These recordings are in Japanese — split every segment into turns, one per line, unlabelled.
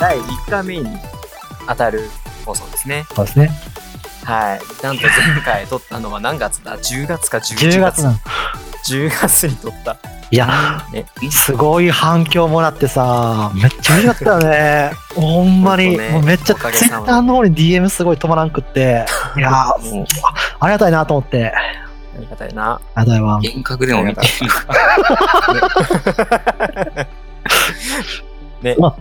第1回目に当たる放送ですね。
そうですね。
はい。なんと前回撮ったのは何月だ ?10 月か11
10月
月。
なの。
10月に撮った。
いや
ね。
ー、すごい反響もらってさ、めっちゃ嬉しかったよね。 ほんまに、
ほんとね
もうめっちゃ
おかげ
Twitter
さまで
の方に DM すごい止まらんくって、いやー、もうありがたいなと思って、あ
ありがたいな。
りがたいわ。
幻覚でも見てるのか。
ね、
ま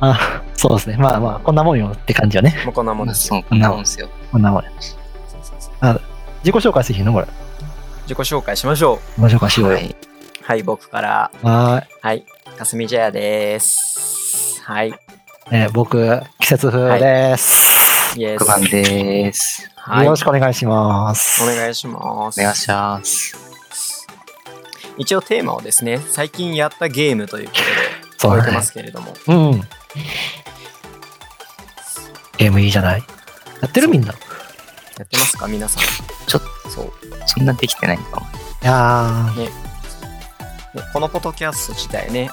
あ、そうですね。まあまあ、こんなもんよって感じよね。
もうこんなもん
まあ
ですよ。
そう、こんなもんですよ。
こんなもんよ。
そうそうそう
自己紹介していいのこれ。
自己紹介しましょ
自己紹介しようよ。
い。
う。はい、僕から。
はーい。
はい。かすみじゃやです。はい。
えー僕、季節風です。
イエス。
6番でーす。
はい。
よろ
お
しくお願いします。
願いします。
お願いします。
一応テーマをですね、最近やったゲームということで、
そう
覚え
だ
て
ね
ますけれども。
うん。ゲームいいじゃないやってるみんな。い
やってますか皆さん。
ちょ
そう。
そんなできてないかも。
や
でこのポッドキャスト自体ね、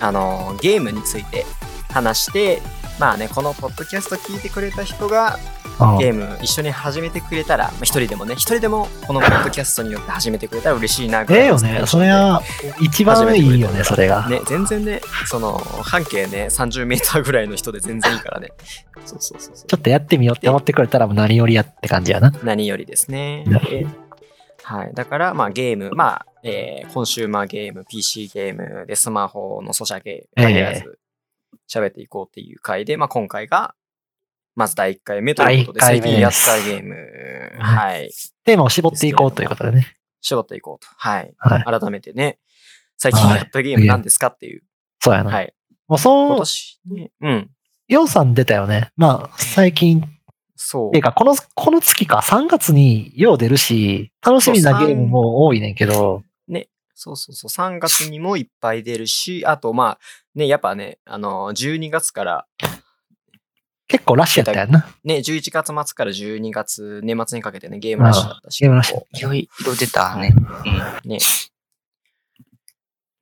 あのーゲームについて話して、まあね、このポッドキャスト聞いてくれた人が、
ー、
ゲ
うん
ーム一緒に始めてくれたら、まあ一人でもね、一人でもこのポッドキャストによって始めてくれたら嬉しいなぐ
え
らい
え
の
よ
気持ちで
ね。それは、一番いいよね、それが。
ね、全然ね、その、半径ね、30メーターぐらいの人で全然いいからね。そうそうそうそう
ちょっとやってみようって思ってくれたらもう何よりやって感じやな。
何よりですね
な。
えはい。だから、まあゲーム、まあ、えーコンシューマーゲーム、PC ゲーム、で、スマホのソシャゲ、
ええ
限らず、喋っていこうっていう回で、まあ今回が、まず第1回目ということで、
第
最近
一回目
や
で
っ
す
たゲーム、はい。
テーマを絞っていこうということでね。
絞っていこうと。はい。
はい。
改めてね、最近やったゲームなんですかっていう。
そうやな。
はい。
も
今
うそう、
年ね、うん。
ようさん出たよね。まあ、最近、
そう
ていう。か、この、この月か、3月によう出るし、楽しみな
そう
ゲームも多いねんけど、
そうそうそう、3月にもいっぱい出るし、あとまあ、ね、やっぱね、あの、12月から、
結構ラッシュやったやんな。
ね、11月末から12月、年末にかけてね、ゲームラッシュだったし、
ゲームラッシュ
こ
いろいろ出たね。
うね。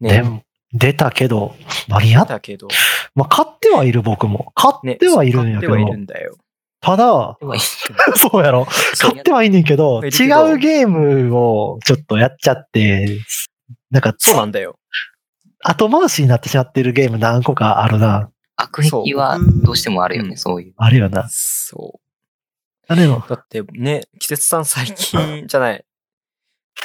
で
ね、
も、出たけど、何やっ
だけど、
まあ、買ってはいる僕も。買
ね
っ、てはいるんやけど、
買ってはいるんだよ。
ただ、
うん。
そうやろ。
そう
買ってはいんねんけど、
いる
違
けど
うゲームをちょっとやっちゃって、なんか、
そうなんだよ。
後回しになってしまってるゲーム何個かあるな。
悪癖はどうしてもあるよ
う
ね、
ん
そういう。
あるよな。
そ
あでも、
う。だってね、季節さん最近じゃない。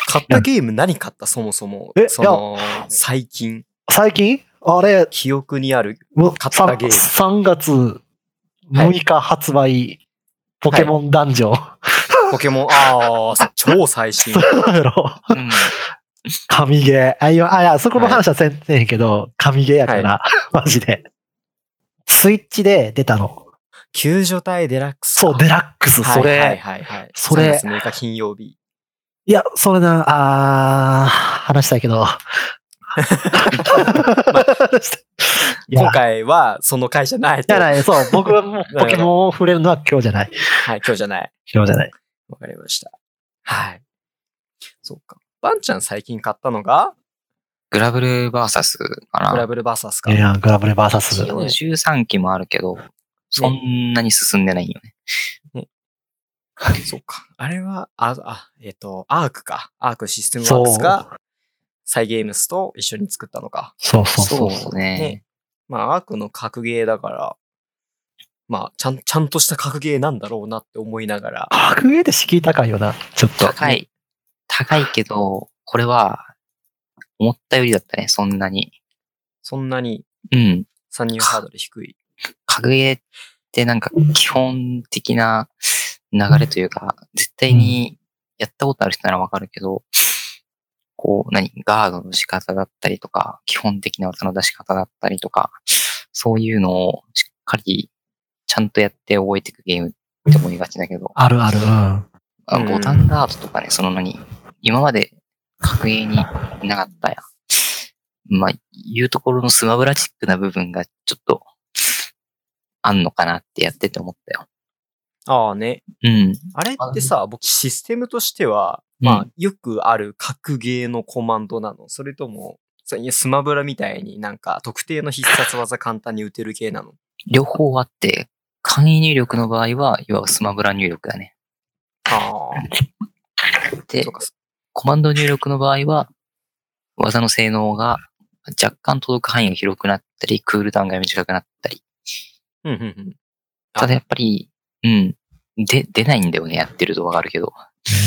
買ったゲーム何買ったそもそも。
え
その、最近、
最近あれ、
記憶にある。
もう
買ったゲーム
3, 月6日発売、ポケモンダンジョン。
ポケモン、ああ、超最新。
そうやろ
うん。
神ゲー。あ、いや、あいやそこの話はせんせんへんけど、神ゲーやから、マジで。スイッチで出たの。
救助隊デラックスか。
そう、デラックス、それ。
はいいはいはい、はい。
それ
3月6日金曜日。
や、それな、あー話したいけ ど。いや
今回はその回じゃない
じ
と。
ゃ
は
ない、 そう、僕はもうポケモンを触れるのは今日じゃない。
い、今日じゃない。
今日じゃない。
わかりました。はい。そうか。バンちゃん最近買ったのが、
グラブルバーサスか
トラ
な。
ブルバーサスか
い。や、グラブレバーサス。
一応13期もあるけど、そんなに進んでないよね。
そうか。あれは、あ、あ、えっ、と、アークか。アークシステムワーク
そう
ス。が、サイゲームスと一緒に作ったのか。
そうそうそう。
そうね。
まあ、アークの格ゲーだから、まあ、ちゃん、ちゃんとした格ゲーなんだろうなって思いながら、
格ゲーで敷居高いよな、ちょっと。
高い。高いけど、これは、思ったよりだったね、そんなに。
そんなに
うん。
参入ハードル低い。
格ゲーってなんか基本的な流れというか、絶対にやったことある人ならわかるけど、こう、何、ガードの仕方だったりとか、基本的な技の出し方だったりとか、そういうのをしっかりちゃんとやって覚えていくゲームって思いがちだけど、
あるある、うん。
あ
うん
ボタンガードとかね、その何、今まで格ゲーになかったや。まあ、言うところのスマブラチックな部分がちょっと、あんのかなってやってて思ったよ。
ああね。
うん。
あれってさ、僕システムとしては、
まあ、
よくある格ゲーのコマンドなのそ れとも、そういやスマブラみたいになんか特定の必殺技簡単に打てる系なの
両方あって、簡易入力の場合は、いわばスマブラ入力だね。
あ
で
そうかそ、
コマンド入力の場合は、技の性能が若干届く範囲が広くなったり、クールダウンが短くなったり。
あ。うんうんうん。
ただやっぱり、うん。で、出ないんだよね、やってるとわかるけど。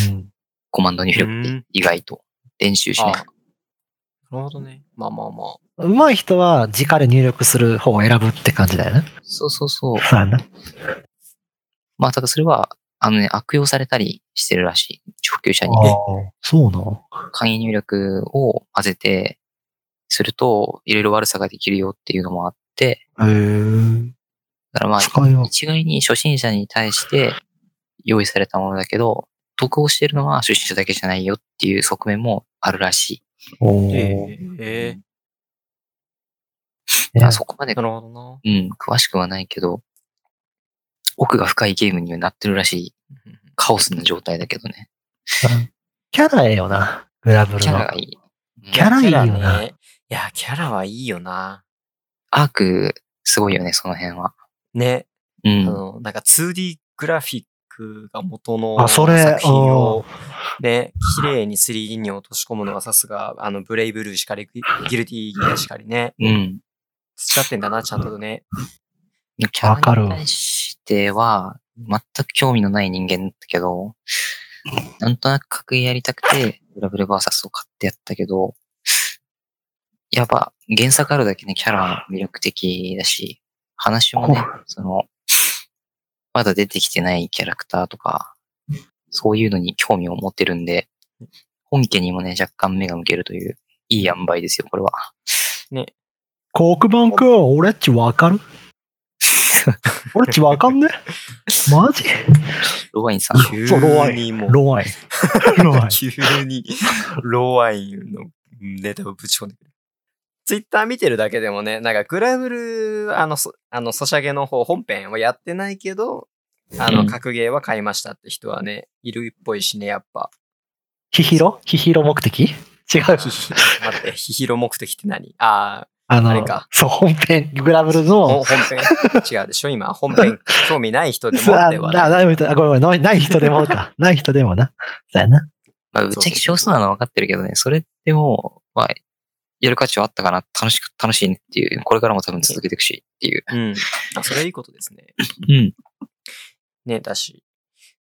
うん
コマンド入力っ
う
て
ん
意外と練習し
ああ
ない。
なるほどね。まあまあまあ。
上手い人は直で入力する方を選ぶって感じだよね。
そうそうそう。
そうやな。
まあ、ただそれは、あのね、悪用されたりしてるらしい。初級者に。
そうなの
簡易入力を混ぜて、すると、いろいろ悪さができるよっていうのもあって、
へー
だからまあ、
使いよ
一概に初心者に対して用意されたものだけど、得をしてるのは初心者だけじゃないよっていう側面もあるらし
おー
ええ
い。
ね
あそこまで
な、るほどな。
うん、詳しくはないけど、奥が深いゲームにはなってるらしい。カオスな状態だけどね。
キャラええよな。グラブル
キャ
の
ラ。がいい。うん
キャラいいよな
ね。いや、キャラはいいよな。
アーク、すごいよね、その辺は。
ね。
う
あ
ん。
の、なんか 2D グラフィックが元の
あそれ
作品を、ね、綺麗に 3D に落とし込むのはさすが、あの、ブレイブルーしかり、ギルティギアしかりね。
うん。
培ってんだな、ちゃんとね。
キャ
わか
ラ
る
に対しては、全く興味のない人間だったけど、なんとなく格ゲーやりたくて、ブラブルバーサスを買ってやったけど、やっぱ原作あるだけね、キャラ魅力的だし、話もね、その、まだ出てきてないキャラクターとか、そういうのに興味を持ってるんで、本家にもね、若干目が向けるという、いい塩梅ですよ、これは。
黒板くん、俺っちわ かる俺っちわかんねマジ
ロワインさん、
急
そうローアイ
にもう、
ロワイン。ロワイ ン。
急にローアインのネタをぶち込んでくる。ツイッター見てるだけでもね、なんかグラブル、あの、そあの、ソシャゲの方、本編はやってないけど、あ
う
の、
ん
格ゲーは買いましたって人はね、いるっぽいしね、やっぱ。
ヒヒロヒヒロ目的違う。
ヒヒ待って、ヒヒロ目的って何あ
あ
あれ
の
か、
そう、本編、グラブル
あ、
の
ほ、本編違うでしょ今、本編興味ない人でも
さ
っ
あ、
ては
な、な、ごめんごめん、ないない人でもか。ない人でもな。そうやな。
まあ、ぶっちゃけ少数なのは分かってるけどね、それでも、まあ、やる価値はあったかな、楽しく、楽しいねっていう、これからも多分続けていくしっていう。
うん。あそれいいことですね。
うん。
ね、だし。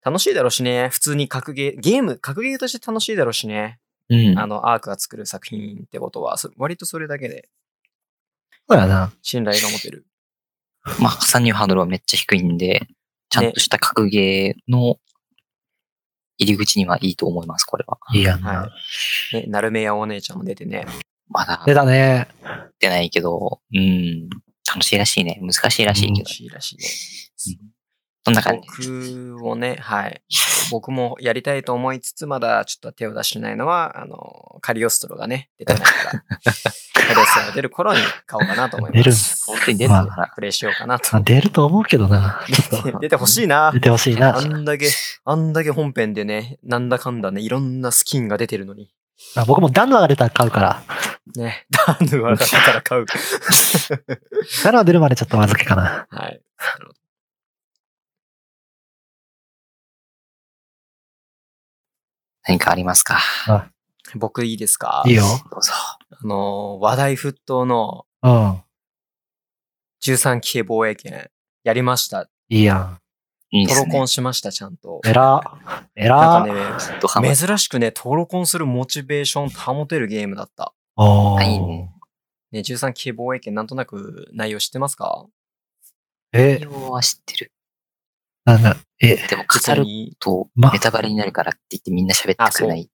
楽しいだろうしね。普通に格ゲー、ゲーム、格ゲーとして楽しいだろうしね。
うん。
あの、アークが作る作品ってことは、そ割とそれだけで
そうやな。
信頼が持てる。
まあ、参入ハードルはめっちゃ低いんで、ちゃんとした格ゲーの入り口にはいいと思います、これは。
いいやん
は
な。
い。ね、なるめやお姉ちゃんも出てね。
まだ
出たね。
出ないけど、うん。楽しいらしいね。難しいらしいけ
楽
ど。
しいらしいね。
そんな感じ。
僕をね、はい。僕もやりたいと思いつつ、まだちょっと手を出してないのは、あの、カリオストロがね、出てないから、カリオストロが出る頃に買おうかなと思い
出る
ま
ん
す。
本当に出るのかな
プレイしようかなと
まあ。出ると思うけどな。ちょっと
出てほしいな
出。てほしいな
あ。んだけ、あんだけ本編でね、なんだかんだね、いろんなスキンが出てるのに。
あ僕もダヌアが出たら買うから。
ね、ダーヌはだから買う。
ダヌア出るまでちょっとお預けかな。
はい。
何かありますか
僕いいですか
いいよ。
どうぞ。
あのー、話題沸騰の
うん。
13期防衛権、やりました。
いいやん。
いいで
トロ
す
コ
ね
ン。しました、ちゃんと。
えら。
な
えら
ん。か
ドハマ
ね、珍しくね、トロコンするモチベーション保てるゲームだった。
おー
いいね。
ね、13期防衛権、なんとなく内容知ってますか
え
内、容は知ってる。
なんだ、え、
でも
普
語
通
る
に。
と
ま
ネタバレになるからって言ってみんな喋ってくれない。
うん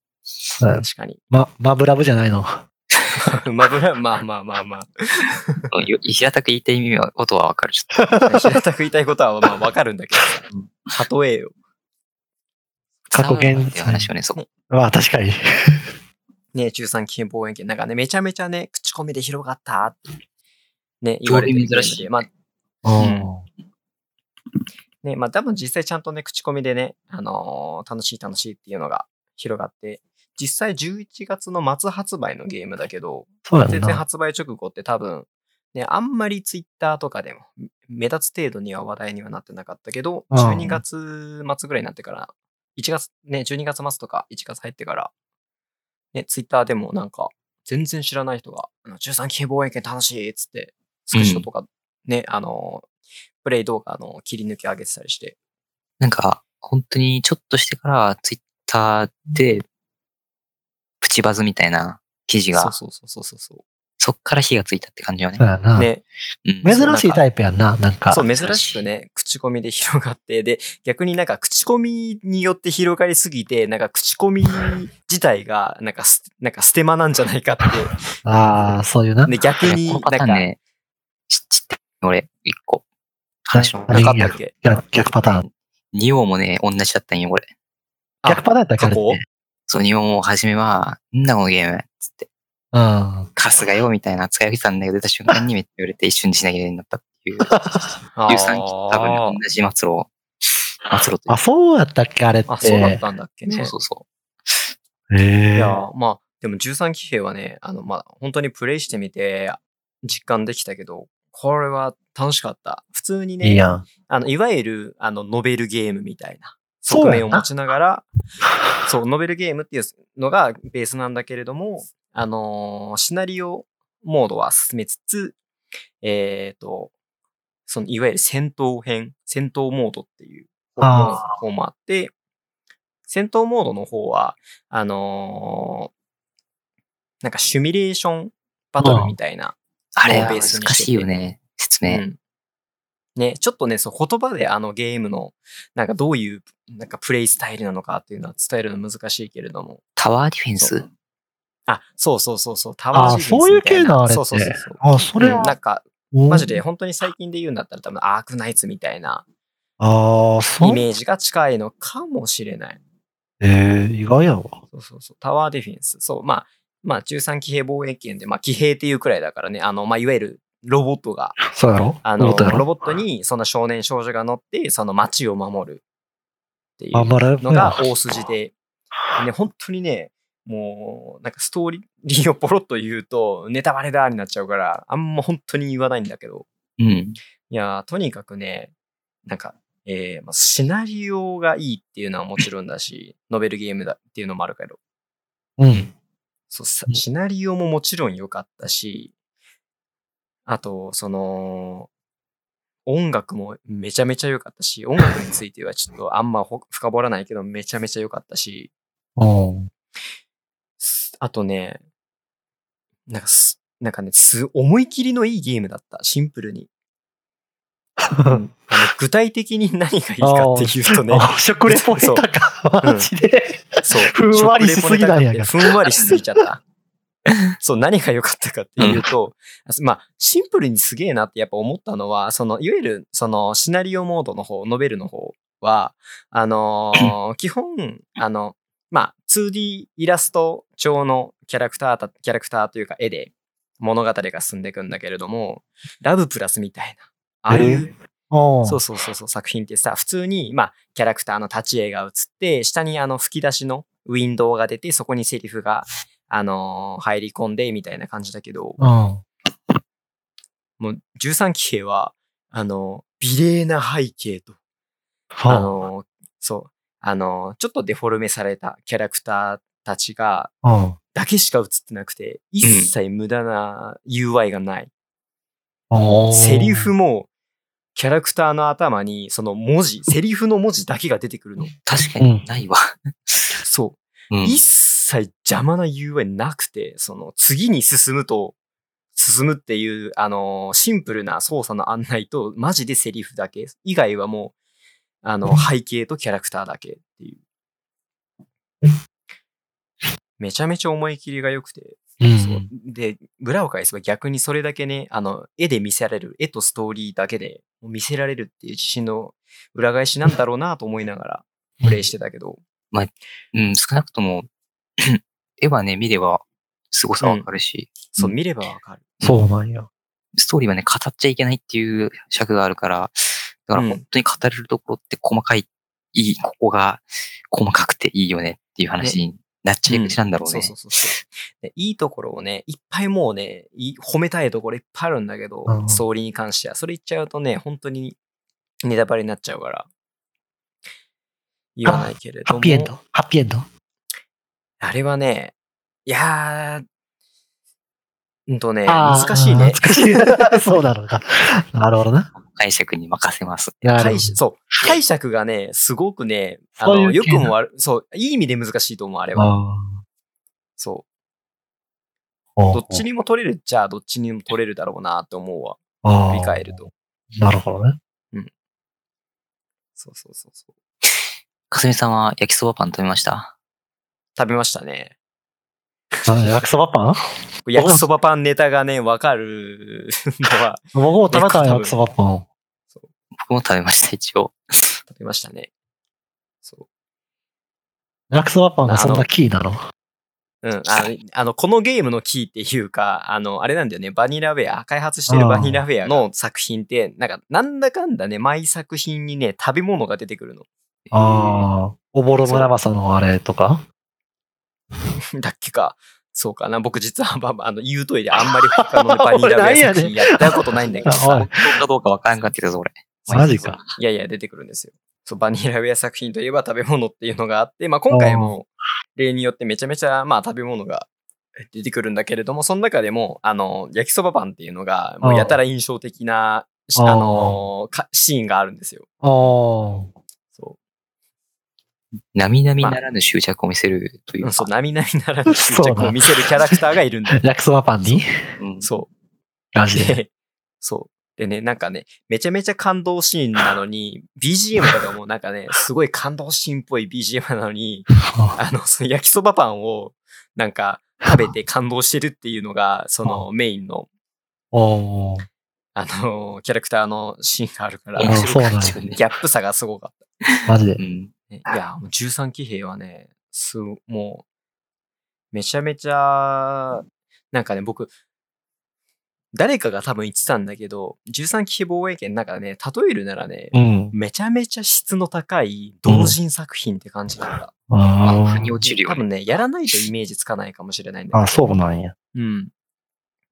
確かに。
ま、マブラブじゃない の。
まあ、まあまあまあまあ。
よ平たく言いたい意味は、ことはわかる。ちょっと
平たく言いたいことはまあわかるんだけど。例えよ。
過去現
伝わるっていう話をね、そこ。
まあ確かに。
ね、13期防衛権、なんかね、めちゃめちゃね、口コミで広がったって。ね、言われてるゲームで
珍しい
まあ、
うん。
ね、まあ多分実際ちゃんとね、口コミでね、あのー楽しい楽しいっていうのが広がって、実際11月の末発売のゲームだけど、
そうやん
全然
な。
発売直後って多分、ね、あんまりツイッターとかでも目立つ程度には話題にはなってなかったけど、
うん
12月末ぐらいになってから、1月、ね、12月末とか1月入ってから、ね、ツイッターでもなんか、全然知らない人が、あの13期防衛権楽しいっつって、スクショとか、ね、あの、プレイ動画の切り抜き上げてたりして、
なんか、本当にちょっとしてから、ツイッターで、プチバズみたいな記事
そう
が、
そうそうそうそうそ
そっから火がついたって感じよね
そう。やな。
う。ね、
うん
珍しいタイプやんな、なんか。
そう、珍しくね、口コミで広がって、で、逆になんか口コミによって広がりすぎて、なんか口コミ自体が、なんかす、なんかステマなんじゃないか って。
ああ、そういうな。
で、逆に
こ
な
の
んか、
パターンね、知知ってる俺、一個。話の
な
何
か
が
ったっけ
逆逆パターン。
二王もね、同じだったんよ、これ。
あ
逆パターンやったっけ
過
あれ
去
って
そう、二王も初めは、なんだこのゲーム、つって、
うん。
カスがよ、みたいな扱いを受けてたんだけど、出た瞬間にめっちゃ売れて、一瞬でしなきゃいけになったっていう。
あ
13期、多分
ー
ね同じ末路、末路という
あ、そうやったっけあれって。
あ、そうだったんだっけね。
そうそうそう。
い
へえ
やー、まあ、でも13騎兵はね、あの、まあ、本当にプレイしてみて実感できたけど、これは楽しかった。普通にね、
いいやん。
あの、いわゆる、あの、ノベルゲームみたいな
そう
側
だ
面
よ
を
な
持ちながら、そうノベルゲームっていうのがベースなんだけれども、あのーシナリオモードは進めつつ、えっ、と、その、いわゆる戦闘編、戦闘モードっていう方
あ
法もあって、戦闘モードの方は、あのーなんかシミュレーションバトルみたいな、
あれ
を
は
ベー
難
スにしてて
しいよね、説明。
うんね、ちょっとね、そう言葉であのゲームの、なんかどういう、なんかプレイスタイルなのかっていうのは伝えるの難しいけれども。
タワーディフェン
そ
ス
うあ、そうそうそうそう、タワー
あ
ディフェンスみた
そういう系なあれって
そうそうそうそう。
あ、それ
う
は
ん、なんか、
うん
マジで。本当に最近で言うんだったら多分アークナイツみたいな
ああ、そ
イ
う。
メージが近いのかもしれない。
ええ、意外やわ。
そうそうそう、タワーディフェンス。そう、まあ、まあ、13騎兵防衛圏で、まあ、騎兵っていうくらいだからね、あの、まあ、いわゆるロボットが、
そうやろ
あの、
ロボットやろ
ロボットにその少年少女が乗って、その街を守るっていう。
頑張れる
のが大筋で、ね、本当にね、もう、なんかストーリーをポロッと言うと、ネタバレだになっちゃうから、あんま本当に言わないんだけど、
うん。
いやー、とにかくね、なんか、えーまあ、シナリオがいいっていうのはもちろんだし、ノベルゲームだっていうのもあるけど、
うん。
そうさ
うん
シナリオももちろん良かったし、あと、その、音楽もめちゃめちゃ良かったし、音楽についてはちょっとあんまほ深掘らないけど、めちゃめちゃ良かったし、
うん。
すあとね、なんかす、なんかね、す、思い切りのいいゲームだった。シンプルに。うんあの具体的に何がいいかっていうとね、
あ食レポ下手か。
そう
マジで。
そう。
ふんわりしすぎなんやが
食レポネタだってふんわりしすぎちゃった。 そう、何が良かったかっていうと、まあ、シンプルにすげえなってやっぱ思ったのは、その、いわゆる、その、シナリオモードの方、ノベルの方は、あのー 基本、あの、まあ、2D イラスト調のキャラクターた、キャラクターというか絵で物語が進んでいくんだけれども、ラブプラスみたいな、ああいう
うん。
そうそうそうそう作品ってさ普通にまあキャラクターの立ち絵が映って下にあの吹き出しのウィンドウが出てそこにセリフがあのー入り込んでみたいな感じだけど
うん。
もう13騎兵はあのー美麗な背景と
は
あ
あ
のーそうあのーちょっとデフォルメされたキャラクターたちが
うん。
だけしか映ってなくて一切無駄な UI がない、
おー
セリフもキャラクターの頭にその文字セリフの文字だけが出てくるの
確かにないわ。
そう
うん。
一切邪魔な UI なくて、その次に進むと、進むっていう、あのー、シンプルな操作の案内と、マジでセリフだけ。以外はもう、あの、背景とキャラクターだけっていう。めちゃめちゃ思い切りが良くて、
う。
そうんで、裏を返せば逆にそれだけね、あの、絵で見せられる、絵とストーリーだけでもう見せられるっていう自信の裏返しなんだろうなと思いながらプレイしてたけど、
うん、少なくとも、 絵はね、見れば、凄さわかるし、
そう見ればわかる。
そうなんや。
ストーリーはね、語っちゃいけないっていう尺があるから、だから
うん
本当に語れるところって細かい、いい、ここが細かくていいよねっていう話にナッチリ口なんだろうね。
そうそうそうそう でいいところをね、いっぱいもうね、い褒めたいところいっぱいあるんだけど、
うん
総理に関しては。それ言っちゃうとね、本当にネタバレになっちゃうから、言わないけれども。
ハッピーエンドハッピーエンド
あれはね、いやー、うんとね、
あー
難しいね。
難しい。 そうなのか。なるほどな。
解釈に任せます。
なるほ
解
ど
釈そう解釈がね、すごくね、あ
そう
の、
いう
よく
系な
も悪い、そう、いい意味で難しいと思う、あれは。
あ
そ
ー
う。どっちにも取れるっちゃ、どっちにも取れるだろうなと思うわ。
あー
振り返ると。
なるほどね。
そうそうそうそう。
かすみさんは焼きそばパン食べました
食べましたね。
あ焼きそばパン
焼きそばパンネタがね、わかるの は、
僕も食べた
ね
よ焼きそばパン。
僕も食べました、一応。
食べましたね。そ
焼きそばパンがそんなキーなの
う。うん。あの、あのこのゲームのキーっていうか、あの、あれなんだよね、バニラウェア、開発してるバニラウェアの作品って、なんか、なんだかんだね、毎作品にね、食べ物が出てくるの。
ああ。おぼろ村正のあれとか
だっけか。そうかな。僕実は、まあまあ、あの、言うといであんまり他 のねバニラウェア作品やったことないんだけど
お
さ
い。
本当かどうかわからんかってたぞ、俺。
マジか。
いやいや、出てくるんですよ。そう、バニラウェア作品といえば食べ物っていうのがあって、まあ今回も例によってめちゃめちゃ、まあ食べ物が出てくるんだけれども、その中でも、あの、焼きそばパンっていうのが、もうやたら印象的な、し
あー
あのかシーンがあるんですよ。
ああ。
そ。
並々ならぬ執着を見せるというう
うん、
か
そ。う、並々ならぬ執着を見せるキャラクターがいるん だよ。
焼きそばパンに
うん
そう。
マジで。
で、そう。でね、なんかね、めちゃめちゃ感動シーンなの に、BGM とかもなんかね、すごい感動シーンっぽい BGM なのに、あの、その焼きそばパンを、なんか、食べ て感動してるっていうのが、そのメインの、
おー
あの、キャラクターのシーンがあるから、
あ
面
ギ
そう
白
な
か
んだ
ったよね。
ャップ差がすごかっ
マジで
う。ん。
たね。いや、もう13騎兵はね、す、もう、めちゃめちゃ、なんかね、僕、誰かが多分言ってたんだけど、13騎兵防衛圏なんかね、例えるならね、
うん。
めちゃめちゃ質の高い同人作品って感じなんだ。
あ
あ
の、
ー
腑に落ちるよ
多
ね。
分ね、やらないとイメージつかないかもしれないんだ
あ、
け
そうなんや。
ど。うん。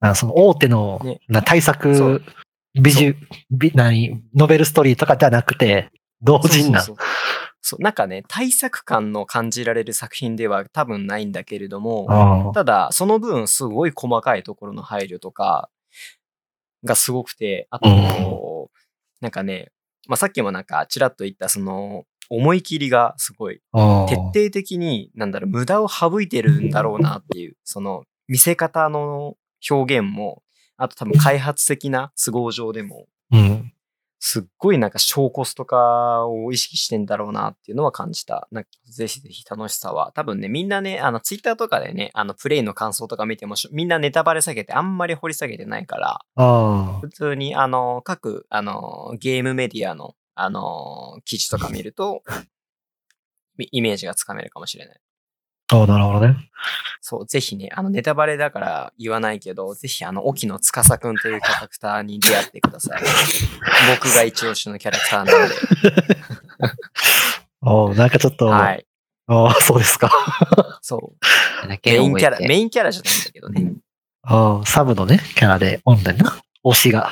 なんかその大手の
ね
な対
そ
策
う、
美術、美、何、ノベルストーリーとかじゃなくて、同人な。
そうそうそうそうなんかね、対策感の感じられる作品では多分ないんだけれども、
あ
ただ、その分、すごい細かいところの配慮とかがすごくて、あと、なんかね、まあ、さっきもなんか、ちらっと言った、その、思い切りがすごい
あ。
徹底的に、なんだろう、無駄を省いてるんだろうなっていう、その、見せ方の表現も、あと多分開発的な都合上でも、
うん。
すっごいなんか小コスとかを意識してんだろうなっていうのは感じた。なんかぜひぜひ楽しさは。多分ね、みんなね、あの、ツイッターとかでね、あの、プレイの感想とか見てもし、みんなネタバレ下げてあんまり掘り下げてないから、
あ
普通に、あの、各、あの、ゲームメディアの、あの、記事とか見ると、イイメージがつかめるかもしれない。
あ。そう、なるほどね。
そう、ぜひね、あの、ネタバレだから言わないけど、ぜひ、あの、沖野司くんというキャラクターに出会ってください。僕が一押しのキャラクターなので。
おーなんかちょっと、
はい。
ああ、そうですか。
そう。
だ
メ
け
インキャラ、
覚え
メ
て
インキャラじゃないんだけどね。
ああ、サブのね、キャラで、オンだよな。推しが。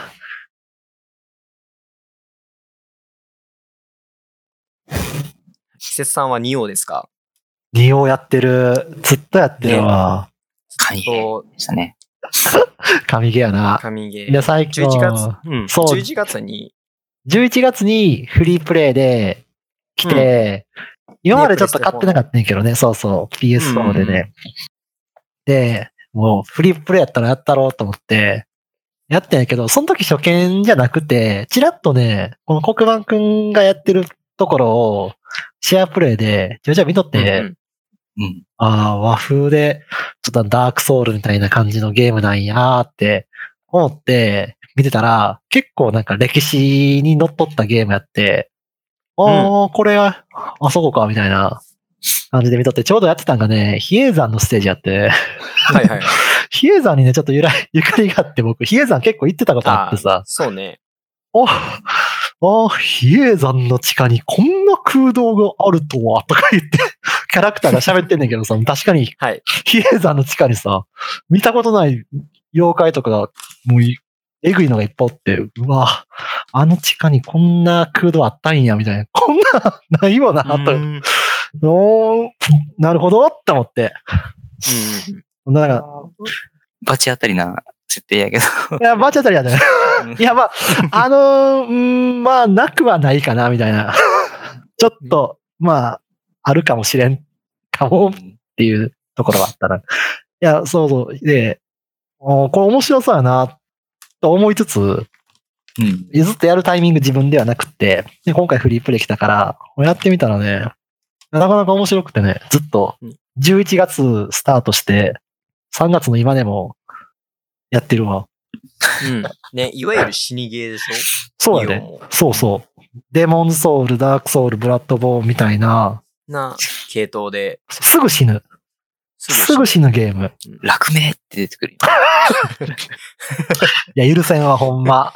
季節さんは仁王ですか
二をやってる、ずっとやってるわ。
神ゲー
と、
でしたね。
神ゲーやな。
神ゲ
いや、
ー。
最近、
11月、うん、
そう
11月に、
11月にフリープレイで来て、今までちょっと買ってなかったんやけどね、そうそう、PS4 でね。で、もうフリープレイやったらやったろうと思って、やったんやけど、その時初見じゃなくて、ちらっとね、この黒板くんがやってるところを、シェアプレイで、ちょいちょい見とって、
うん
うん。
ああ、和風で、ちょっとダークソウルみたいな感じのゲームなんやーって思って見てたら、結構なんか歴史にのっとったゲームやって、ああ、これは、あそこか、みたいな感じで見とって、ちょうどやってたんがね、比叡山のステージやって、
はいはい。
比叡山にね、ちょっ とゆら、ゆかりがあって僕、比叡山結構行ってたことあってさ、
そうね。
お、ああ、比叡山の地下にこんな空洞があるとは、とか言って、 キャラクターが喋ってんだけどさ、確かに、
はい
比叡山の地下にさ、見たことない妖怪とかが、もうい、えぐいのがいっぱいおって、うわ、あの地下にこんな空洞あったんや、みたいな。こんな、ないよな、
うんう
と。
んうん
おーなるほど、って思って。なんか、
バチ当たりな設定やけど。
いや、バーチャルタリアね。 いや、まあ、あのー、うーんまあ、なくはないかな、みたいな。ちょっと、まあ、あるかもしれん、かもっていうところはあったな。いや、そうそう。で、おーこれ面白そうやな、と思いつつ、
うん。
ずっとやるタイミング自分ではなくって、で今回フリープレイ来たから、やってみたらね、なかなか面白くてね、ずっと
うん、
11月スタートして、3月の今でも、やってるわ。
うんね、いわゆる死にゲーでしょ
そうやね。
イオンも
そうそう。デモンズソウル、ダークソウル、ブラッドボーンみたいな、
な系統で。
すぐ死ぬ。すぐ
死
死ぬゲーム。
楽名って出てくる。
いや、許せんわ、ほん ま。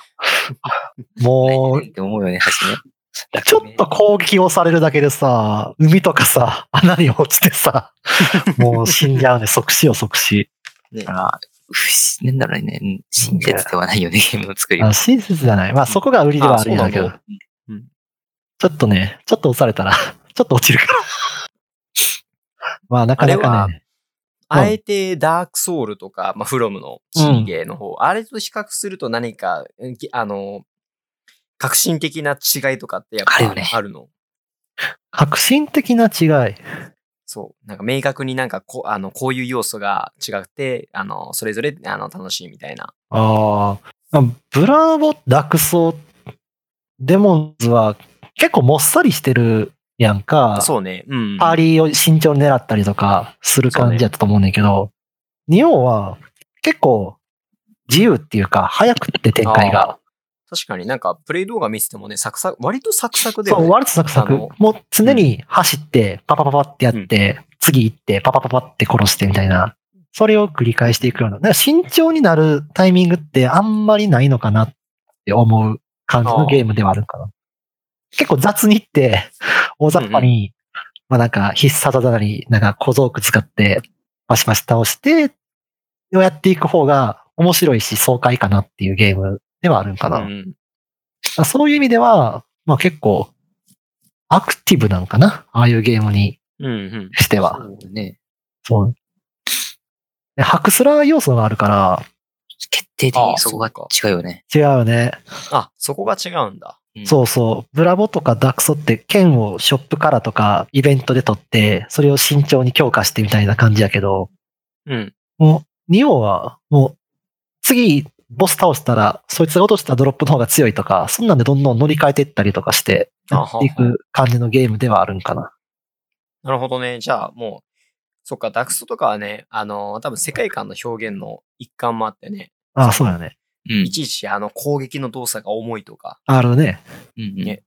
もう、
って思うよね、初め。
ちょっと攻撃をされるだけでさ、海とかさ、穴に落ちて さ、もう死んじゃうね。即死よ、即死。
ぬ
あ不思なんだろうね。うん親切ではないよね、ゲームの作り
あ
は。
親切じゃない。まあ、そこが売りではあるんだけ
あ
ど
そう。うん
ちょっとね、ちょっと押されたら、 ちょっと落ちるから。 まあ、なかなかね。
あえてダークソウルとか、まあ、フロムの死にゲーの方、あれと比較すると何か、うんきあの、革新的な違いとかってやっ
あ
ぱ
るよね
あるの
革新的な違い。
そう。なんか明確になんかこあのこういう要素が違って、あの、それぞれあの楽しいみたいな。
ああ、まあブラボ、ダクソ、デモンズは結構もっさりしてるやんか、
そうね。うん。
パーリーを慎重に狙ったりとかする感じやったと思うねんだけど、ニオは結構自由っていうか、早くって展開が。
確かになんかプレイ動画見せてもね、サクサク、割とサクサクで、
そう、
ね、
割とサクサク
あの。
もう常に走って、パパパパってやって、次行って、パパパパって殺してみたいな。それを繰り返していくような。だから慎重になるタイミングってあんまりないのかなって思う感じ
あ
の
あ
ゲームではあるかな。結構雑にって、大雑把に、まあなんか必殺技なり、なんか小道具使って、バシバシ倒して、をやっていく方が面白いし爽快かなっていうゲームではあるんかな。
うん、
あそういう意味では、まあ結構、アクティブなんかなああいうゲームに
うん、うん。
しては。
そうね。
そう。でハクスラー要素があるか
決定的にそこが違うよね。
ら、違うよね。
あ、そこが違うんだ。
そうそう。ブラボとかダクソって剣をショップからとかイベントで取って、それを慎重に強化してみたいな感じやけど、
うん。
もう、ニオは、もう、次、ボス倒したら、そいつが落としたドロップの方が強いとか、そんなんでどんどん乗り換えていったりとかして、やっていく感じのゲームではあるんかな。
なるほどね。じゃあもう、そっか、ダクソとかはね、あのー多分世界観の表現の一環もあってね、
ああ、そうだね。
う。うん
い。ちいちあの攻撃の動作が重いとか、
あるね。
うん
ね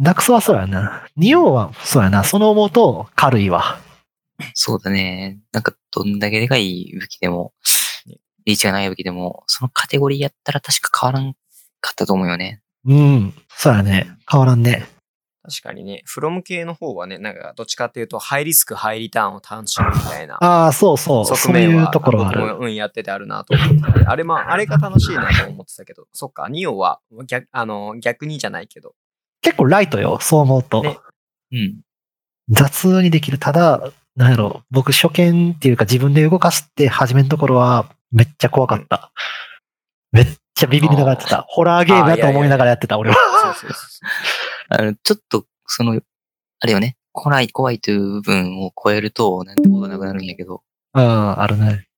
ダクソはそうやな。ニオはそうやな。その思うと軽いわ。
そうだね。なんか、どんだけでかい武器でも、リーチがない武器でも、そのカテゴリーやったら確か変わらんかったと思うよね。
うん。そうやね。変わらんね。
確かにね、フロム系の方はね、なんかどっちかっていうと、ハイリスク、ハイリターンを楽しむみたいな
ああ、そうそう。
側
そう
面
いう
は、
ところはあ
僕
る。
もうん、やっててあるなと思ってて、あれまあ、あれが楽しいなと思ってたけど、そっか、ニオは逆、あのー逆にじゃないけど、
結構ライトよ。そう思うと。
ね
うん。
雑にできる。ただ、なんやろ。僕初見っていうか自分で動かして始めのところはめっちゃ怖かった。めっちゃビビりながらやってた。ホラーゲームだと思いながらやってた、俺は。
そうそうそうそう。
あの、ちょっと、その、あれよね。怖い、怖いという部分を超えると、なんてことなくなるんやけど、
うん、あるね。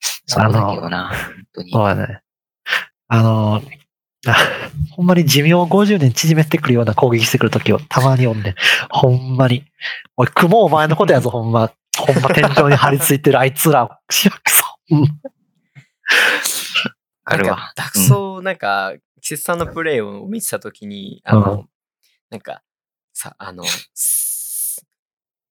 そこだけよな、本当に。
そうやね。あの、あ ほんまに寿命を50年縮めてくるような攻撃してくるときをたまに読んで、ほんまに。おい、雲お前のことやぞ、ほんま。ほんま天井に張り付いてるあいつら。しくそ。
ある
なん
わ
か。ダクソ、なんか、季節さんのプレイを見てたときに、あ
う
の、なんか、さ、あの、す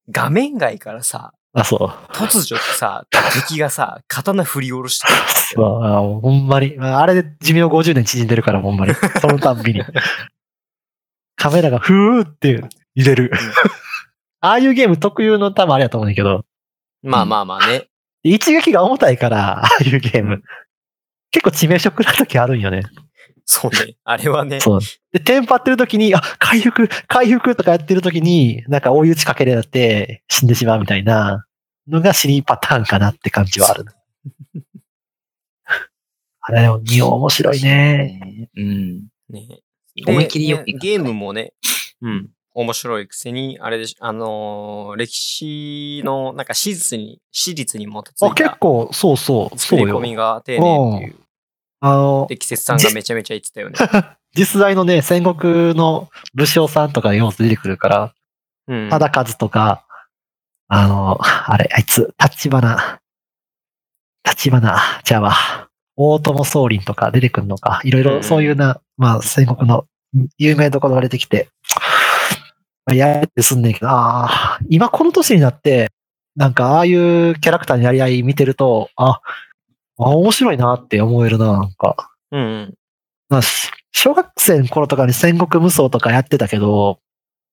画面外からさ、
あ、そう。
突如さ、敵がさ、刀振り下ろしてくるんです
ま
よ。
あ、あほんまに。まああれで寿命50年縮んでるから、ほんまに。そのたんびに。カメラがふーって入れる。ああいうゲーム特有の多分あれや と思うんだけど、
まあまあまあね。
一撃が重たいから、ああいうゲーム。結構致命傷食らう時あるんよね。
そうね。あれはね。
そう。で、テンパってる時に、あ、回復、回復とかやってる時に、なんか追い打ちかけられて死んでしまうみたいなのが死にパターンかな って感じはある。あれ、日本面白いね。
うん。
ね
で思い切りよく
ね
いかない
ゲームも ね、うん、面白いくせに、あれでし、あのー歴史の、なんか史実に、史実に基づ
あ、
い
結
た
構、そうそう、
作
そう
り込
よ。
みが丁寧っていう、
あの、
で、季節さんがめちゃめちゃ言ってたよ ね。
実在のね、戦国の武将さんとか要素出てくるから、
うん。
忠和とか、あの、あれ、あいつ、立花、立花、じゃあわ、大友宗麟とか出てくるのか、いろいろそういうな、まあ、戦国の有名どころが出てきて、まあやれってすんねんけど、ああ、今この年になって、なんかああいうキャラクターのやり合い見てると、あ、あ面白いなって思えるな、なんか。
うんうん。
まあ、し小学生の頃とかに戦国無双とかやってたけど、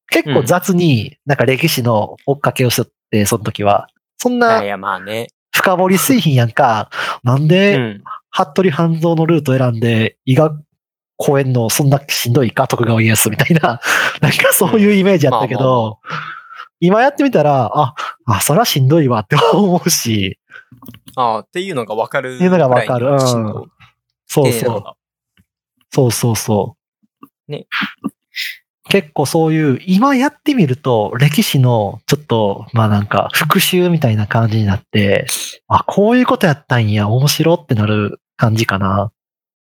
結構雑になんか歴史の追っかけをしとって、その時は。そん
あい
な
や、まあね。
深掘り製品やんか。なん
う
で、
ん。
服部半蔵のルート選んで、伊賀公園のそんなしんどいか、徳川家康みたいな、 なんかそういうイメージやったけ
まあま
ど、今やってみたら、あ、あ、そらしんどいわって思うし、
ああ、っていうのがわかる。
っていうのがわかるうんそうそう。そうそうそう。
ね。
結構そういう、今やってみると、歴史のちょっと、まあなんか、復習みたいな感じになって、あ、こういうことやったんや、面白ってなる感じかな。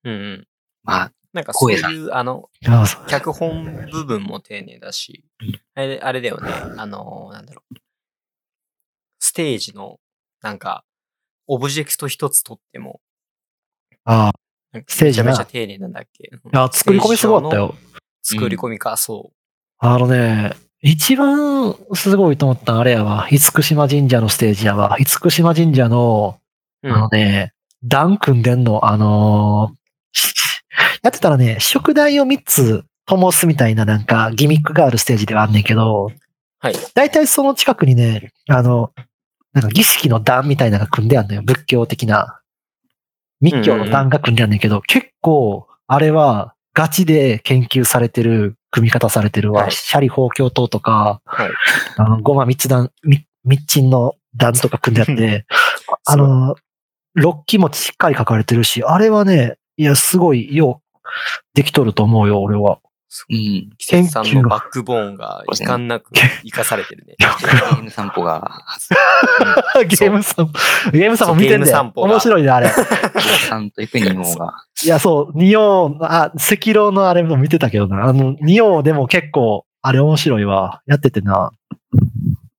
うんうん。
まあ、
なんかそういう、あの、
あそう
脚本部分も丁寧だし、あれあれだよね、あのーなんだろう。ステージの、なんか、オブジェクト一つ取っても、
あ
なんか
ステージな
めちゃめちゃ丁寧なんだっけ。
あ、作り込みすごかった
ステージ上の
よ。
作り込みか、そ
あのね、一番すごいと思ったのあれやわ。厳島神社のステージやわ。厳島神社の、
う。うん
あのね、段組んでんの、あのーやってたらね、食材を3つ灯すみたいななんかギミックがあるステージではあんねんけど、
はい。
だいたいその近くにね、あの、なんか儀式の段みたいなのが組んであんのよ、仏教的な。密教の段が組んであんねんけど、結構、あれはガチで研究されてる、組み方されてるわ。
はい
シャリ法教灯とか、
はい
あの、ゴマ密段、み密鎮の段とか組んであって、あの、ロッキーもしっかり書かれてるし、あれはね、いや、すごいよう、できとると思うよ、俺 は。
うん。
季節さんのバックボーンがいかんなく生かされて るね。
犬散歩が、
ゲームさん、ゲームさんも見てん
ゲ
だ
ーム散
よ。
歩が
面白いね、あれ。
犬さんと行く二毛が、
いや、そう、ニオウ、あ、赤狼のあれも見てたけどな。あの、ニオウでも結構、あれ面白いわ。やっててな。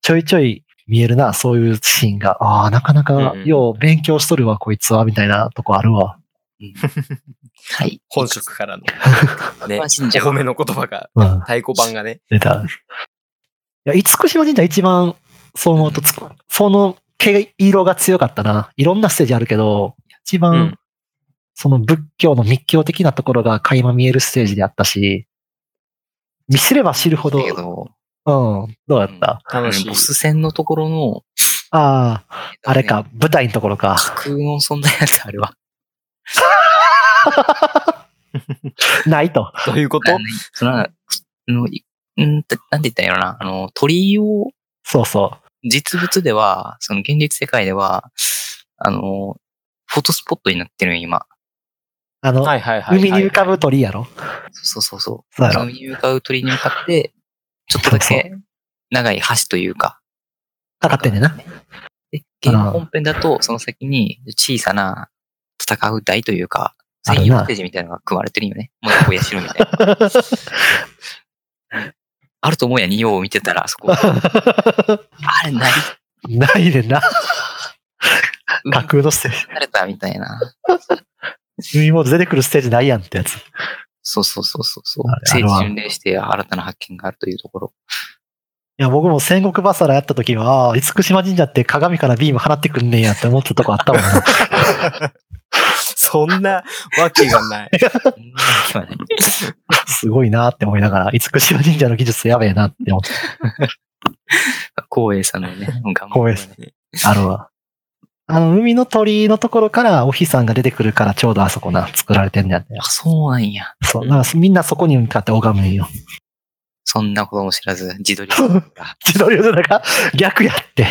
ちょいちょい見えるな、そういうシーンが。ああ、なかなか
う、ん
よう勉強しとるわ、こいつは、みたいなとこあるわ。
うん、はい。
本職からの。ね、
まあ
お
神社
褒めの言葉が、
うん。
太鼓判がね。
出た。いや、厳島神社一番、そう思うとつく、その毛色が強かったな。いろんなステージあるけど、一番、
うん
その仏教の密教的なところが垣間見えるステージであったし、見知れば知るほど、
だけ
うん、
ど、
どうだった、
楽しい
ボ。ス戦のところの、
ああ、あれか、舞台のところか。
架空の存在だった、あれは。
ないと。
どういうこと
あの その、あの、いうんとなんて言ったらいいのかな。あの、鳥居を、
そうそ
実物では、その現実世界では、あの、フォトスポットになってるよ、今。
う。あの、
はいはいはいはい。
海に浮かぶ鳥やろ。
そうそうそ
そ
う。
うや
そ
ろ
の海に向かう鳥に向かって、ちょっとだけ長い橋というか。
かかってんねんな。
で、ゲーム本編だと、その先に小さな戦う台というか、
あるな
専用ステージみたいなのが組まれてるよね。もやもやしろみたいな。 あると思うや、仁王を見てたら、そこ。あれ、ない。
ないねんな。架
海
空のステー
慣れたみたいな。
ジ。海も出てくるステージないやんってやつ。
そうそうそうそうそう
あれ。
聖
あれは
地巡礼して新たな発見があるというところ。
や、僕も戦国バサラやった時は、ああ、厳島神社って鏡からビーム放ってくんねえやって思ってたとこあったもんな。
そんなわけがない。
そんなわけはない
すごいなって思いながら、厳島神社の技術やべえなって思って
光栄さんの ね、頑張
光栄
っ
さあるわ。あの、海の鳥居のところからお日さんが出てくるからちょうどあそこな、作られてんねやって
あ、。そうなんや。
そう、だからみんなそこに向かって拝むんよ。
そんなことも知らず、自撮りだ った。
自動力なんか逆やって。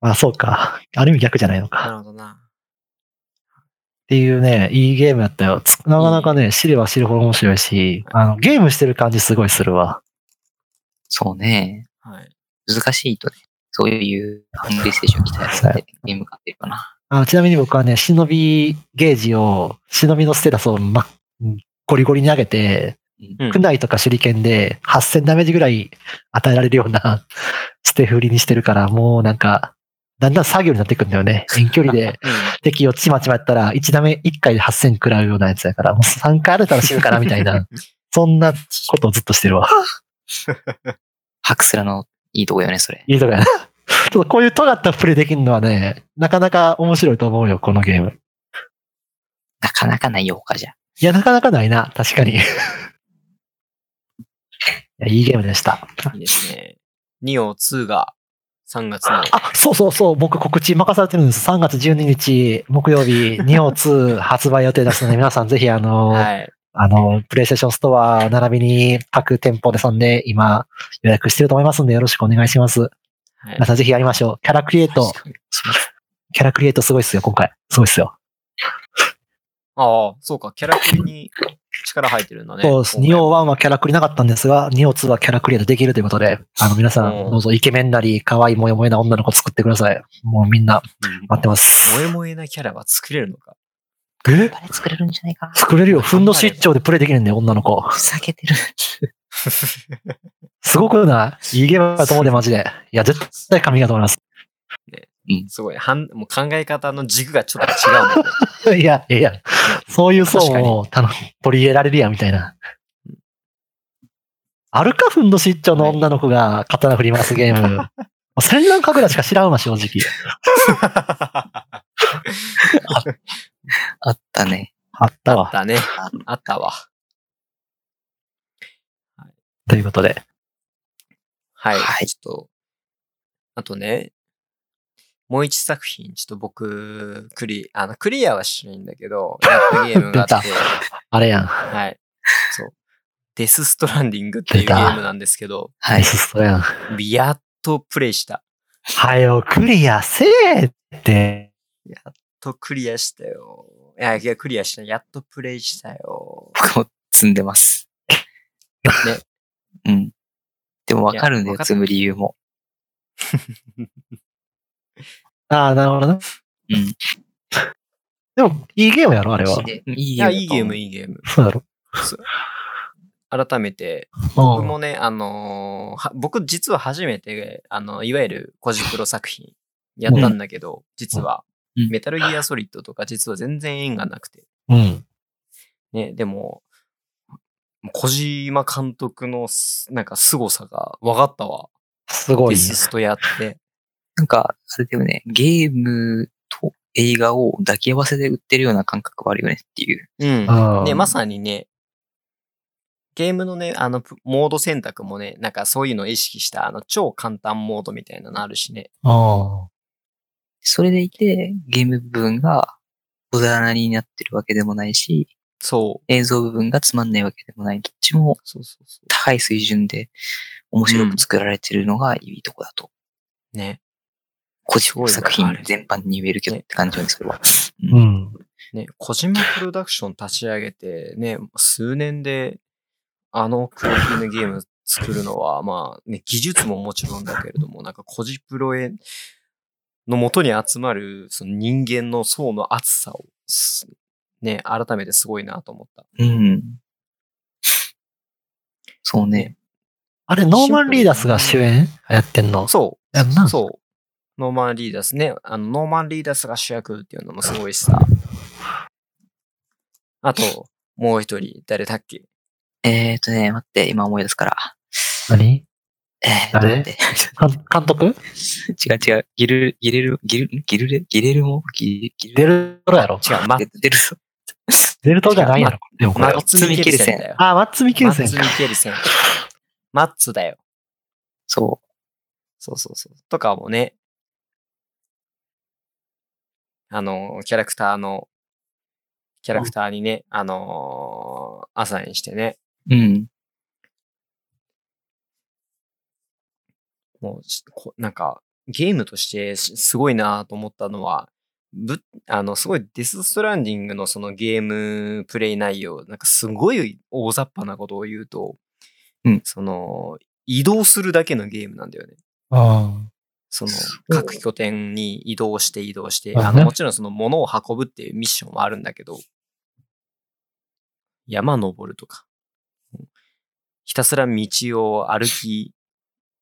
あ、そうか。ある意味逆じゃないの
な
か。っ
るほどな。
ていうね、いいゲームやったよ。つなかなかね、知れば知るほど面白いし、あの、ゲームしてる感じすごいするわ。
そうね。
はい。
難しいとね。そういうファンデーステーション鍛えられてゲーム買ってるかな。
あちなみに僕はね、忍びゲージを、忍びのステラスをま、ゴリゴリに投げて、
うん
クナイとか手裏剣で8000ダメージぐらい与えられるような捨て振りにしてるから、もうなんか、だんだん作業になってくんだよね。遠距 離で敵をちまちまやったら、1ダメ、1回で8000食らうようなやつやから、もう3回あれたら死ぬかなみたいな、 そんなことをずっとしてるわ。
ハクスラのいいとこよね、それ。
いいとこやな。 ちょっとこういう尖ったプレイできるのはね、なかなか面白いと思うよ、このゲーム。
なかなかないよ、他じゃ。
いや、なかなかないな、確かに。い やいいゲームでした。
いいですね。ニオ2が3月の。
あ、そうそうそう、僕告知任されてるんです。3月12日木曜日、ニオ2発 売予定ですので、皆さんぜひあの、
はい。
あの、プレイステーションストア並びに各店舗でそんで今予約してると思いますんでよろしくお願いします。
はい
皆さんぜひやりましょう。キャラクリエイト、キャラクリエイトすごいっすよ、今回。すごいっすよ。
ああ、そうか、キャラクリに力入ってるんだね。
そうです。ニオ1はキャラクリなかったんですが、ニオ2はキャラクリエイトできるということで、あの皆さん
うん
どうぞイケメンなり、可愛い萌え萌えな女の子作ってください。もうみんな待ってます。
萌え萌えなキャラは作れるのか。
え
あれ作れるんじゃないかな。
作れるよ。ふんどし一丁でプレイできるんだよ、女の子。
ふざけてる。
すごくないいいゲームだと思うで、マジで。いや、絶対神がと思います。
すごい、はんもう考え方の軸がちょっと違うんだよね。
いや、いや、そういう層
確かに
もたの取り入れられるやん、みたいな。あるか、ふんどし一丁の女の子が刀振りますゲーム。戦乱神楽しか知らんわ、正直。
あったね。
あった
あっ
わ。
たね。 あったわ。
ということで。
はい。
はい
ちょっと、あとね、もう一作品、ちょっと僕、クリ、あの、クリアはしないんだけど、やったゲームがあって、
あれやん。
はい。そう。デスストランディングっていうゲームなんですけど、
は
ナイ
い。
スストやん。
やっとプレイした。
はよ、クリアせえって。
やっとクリアしたよ。いや、いやクリアした。やっとプレイしたよ。
僕も積んでます。うん。でもわかるんだ
いやわ
よ、
かった
積む理由も。
ああ、なるほどね。
うん。
でも、いいゲームやろ、あれは。
いい
い
ゲー
や、
ム。
いいゲーム、。いいゲーム。
そうやろ。
改めて、僕
うん。
もね、あのーは僕実は初めて、あの、いわゆるコジプロ作品やったんだけど、実は、
うん
メタルギアソリッドとか実は全然縁がなくて。
うん。
ね、でも、小島監督のす、なんか凄さが分かったわ。
すご
デ
いね。
スストやって。
なんか、あれだよね、ゲームと映画を抱き合わせで売ってるような感覚はあるよねっていう。
うん。
うん
ね、まさにね、ゲームのね、あの、プモード選択もね、なんかそういうのを意識した、あの、超簡単モードみたいなのあるしね。
うん。
それでいて、ゲーム部分が小ざらなりになってるわけでもないし、
そう。
映像部分がつまんないわけでもない。どっちも
そうそうそ
高い水準で面白く作られてるのがいいとこだと。
う。ね。
個人
すご
作
いわあ
品
れ
全般に言えるけどって感じなんですけど。
う。
うん
ね、小島プロダクション立ち上げて、ね、数年で、あのクオリティのゲーム作るのは、まあ、ね、技術ももちろんだけれども、なんか、コジプロへの元に集まる、その人間の層の厚さをす、ね、改めてすごいなと思った。
うん。そうね。
あれ、ノーマン・リーダスが主演やってんの
そう。
やんな。
そう。ノーマン・リーダスね。あの、ノーマン・リーダスが主役っていうのもすごいしさ。あと、もう一人、誰だっけ
えっ、ー、とね、待って、今思い出すから。
何
えー、
誰
待って
監監督
違う違う。ギル、ギレル、ギル、んギルレ、ギレルもギギ
デ
ル
ルトロやろ
違う、マ
レ、デルソ。
デルトロじゃないやろ。でもこれ
マ。ッツ・ミケルセンだよ。
あ、マッツ・ミケ
マ
ルセ
ッ
ン
ツ・
か
ミ。ケルセン。マッツだよ。
そ
そうそうそう。とかもね、あの、キャラクターの、キャラクターにね、あのーアサインしてね、
う。うん。
もうし、こなんか、ゲームとしてしすごいなと思ったのは、ぶあの、すごいデスストランディングのそのゲームプレイ内容、なんかすごい大雑把なことを言うと、
うん
その、移動するだけのゲームなんだよね。
うん。
その
そう
各拠点に移動して移動して、
あ
あの
ね
もちろんその物を運ぶっていうミッションはあるんだけど、山登るとか、ひたすら道を歩き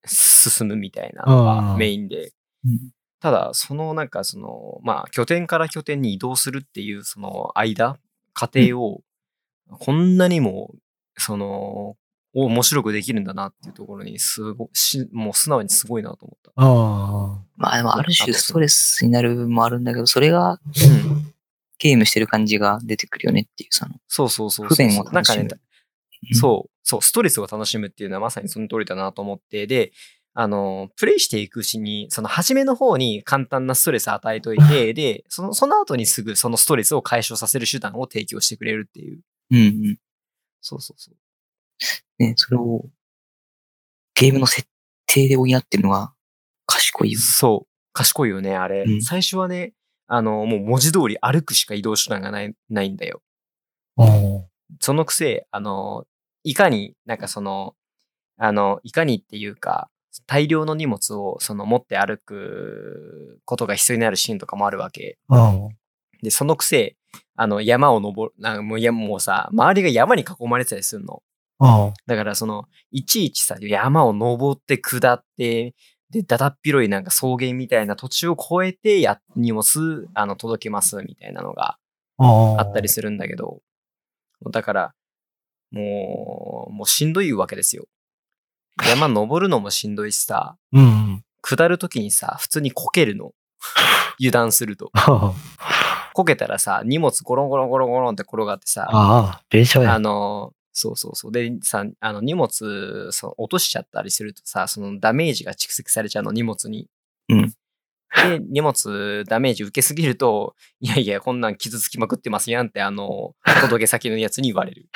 進むみたいなのが
うん
メインで、
うん
ただそのなんかその、まあ拠点から拠点に移動するっていうその間、過程をこんなにもその、面白くできるんだなっていうところにすごし、もう素直にすごいなと思った。
うん。
まあでもある種ストレスになる部分もあるんだけど、それが
うん
ゲームしてる感じが出てくるよねっていう、その、
そうそうそうそう。
不便を楽しむ
なんかね
うん
そう、そう、ストレスを楽しむっていうのはまさにその通りだなと思って、で、あの、プレイしていくうちに、その初めの方に簡単なストレス与えといて、で、その、その後にすぐそのストレスを解消させる手段を提供してくれるっていう。
うんうん。
そうそうそう。
ね、それを、ゲームの設定で補ってるのが賢 いよ。
そう。賢いよね、あれ。
うん
最初はね、あの、もう文字通り歩くしか移動手段がない、ないんだよ。
うん。
そのくせ、あの、いかに、なんかその、あの、いかにっていうか、大量の荷物をその持って歩くことが必要になるシーンとかもあるわけ。
うん。
で、そのくせ、あの、山を登る、なんかもういやもうさ、周りが山に囲まれてたりするの。
うん。
だからその、いちいちさ、山を登って下って、で、だだっ広いなんか草原みたいな土地を越えてや、荷物、あの、届けますみたいなのが
あ
あったりするんだけど、だから、もう、もうしんどいわけですよ。山登るのもしんどいしさ、
る。うん。
下るときにさ、普通にこけるの。油断すると。
あ
こけたらさ、荷物ゴロンゴロンゴロンゴロンって転がってさ、
あ、弁償
あ
や。
の、そうそうそう。で、さ、あの、荷物、その落としちゃったりするとさ、そのダメージが蓄積されちゃうの、荷物に。
うん
で、荷物、ダメージ受けすぎると、いやいや、こんなん傷つきまくってますやんって、あの、届け先のやつに言われ る。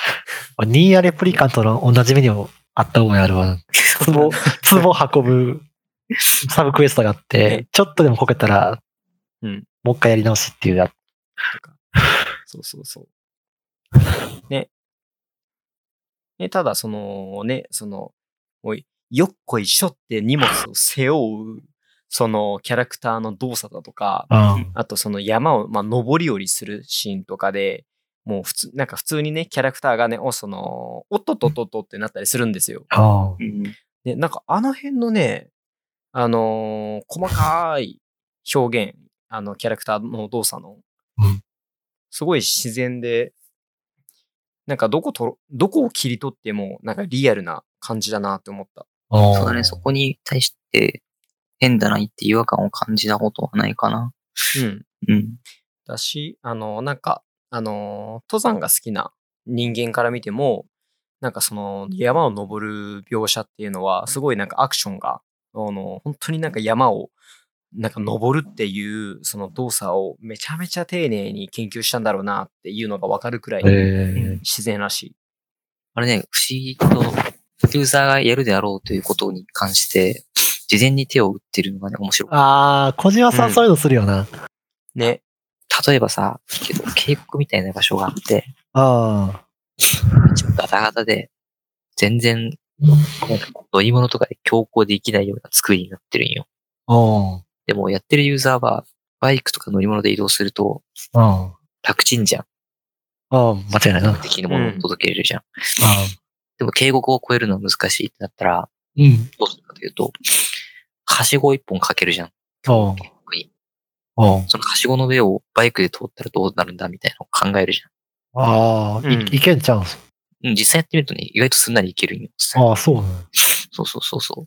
ニーヤレプリカントの同じメニューもあった覚えあるわ。ツボ、ツボ運ぶサブクエストがあって、ちょっとでもこけたら、
うん
もう一回やり直しっていうや
そうそうそう。ね。ね、ただ、その、ね、その、おい、よっこいしょって荷物を背負う、その、キャラクターの動作だとか、
うん。
あとその山を、まあ、登り降りするシーンとかで、もう普通、なんか普通にね、キャラクターがね、お、その、おっとっとっとっとってなったりするんですよ。
あ
うん。
で、なんかあの辺のね、あのー細かい表現、あの、キャラクターの動作の
うん、
すごい自然で、なんかどことろ、どこを切り取っても、なんかリアルな感じだなって思った。
あ。
そうだね、そこに対して変だなって違和感を感じたことはないかな。
うん。
うん。
だし、あの、なんか、あの、登山が好きな人間から見ても、なんかその山を登る描写っていうのは、すごいなんかアクションが、あの、本当になんか山を、なんか登るっていうその動作をめちゃめちゃ丁寧に研究したんだろうなっていうのがわかるくらい
え
自然らしい。
あれね、不思議と、ユーザーがやるであろうということに関して、事前に手を打ってるのがね、面白い。
ああ、小島さ
うん
んそういうのするよな。
ね。
例えばさ、けど渓谷みたいな場所があって、
あ
ちょっとガタガタで、全然、なんか乗り物とかで強行できないような作りになってるんよ。
あ。うん。うん。
でも、やってるユーザーは、バイクとか乗り物で移動すると、
あ
楽ちんじゃん。
あ、間違いないな。
目的のものを届けれるじゃん。
あ
でも、渓谷を越えるのは難しいってなったら、
うん。
どうするかというと、はしご一本かけるじゃん。
おうおう
そのはしごの上をバイクで通ったらどうなるんだみたいなのを考えるじ
ああ、
うん
いいけんちゃうんす。
ゃん。うん、実際やってみるとね、意外とすんなりいけるんよ。
ああ、そうね。
そうそうそうそう。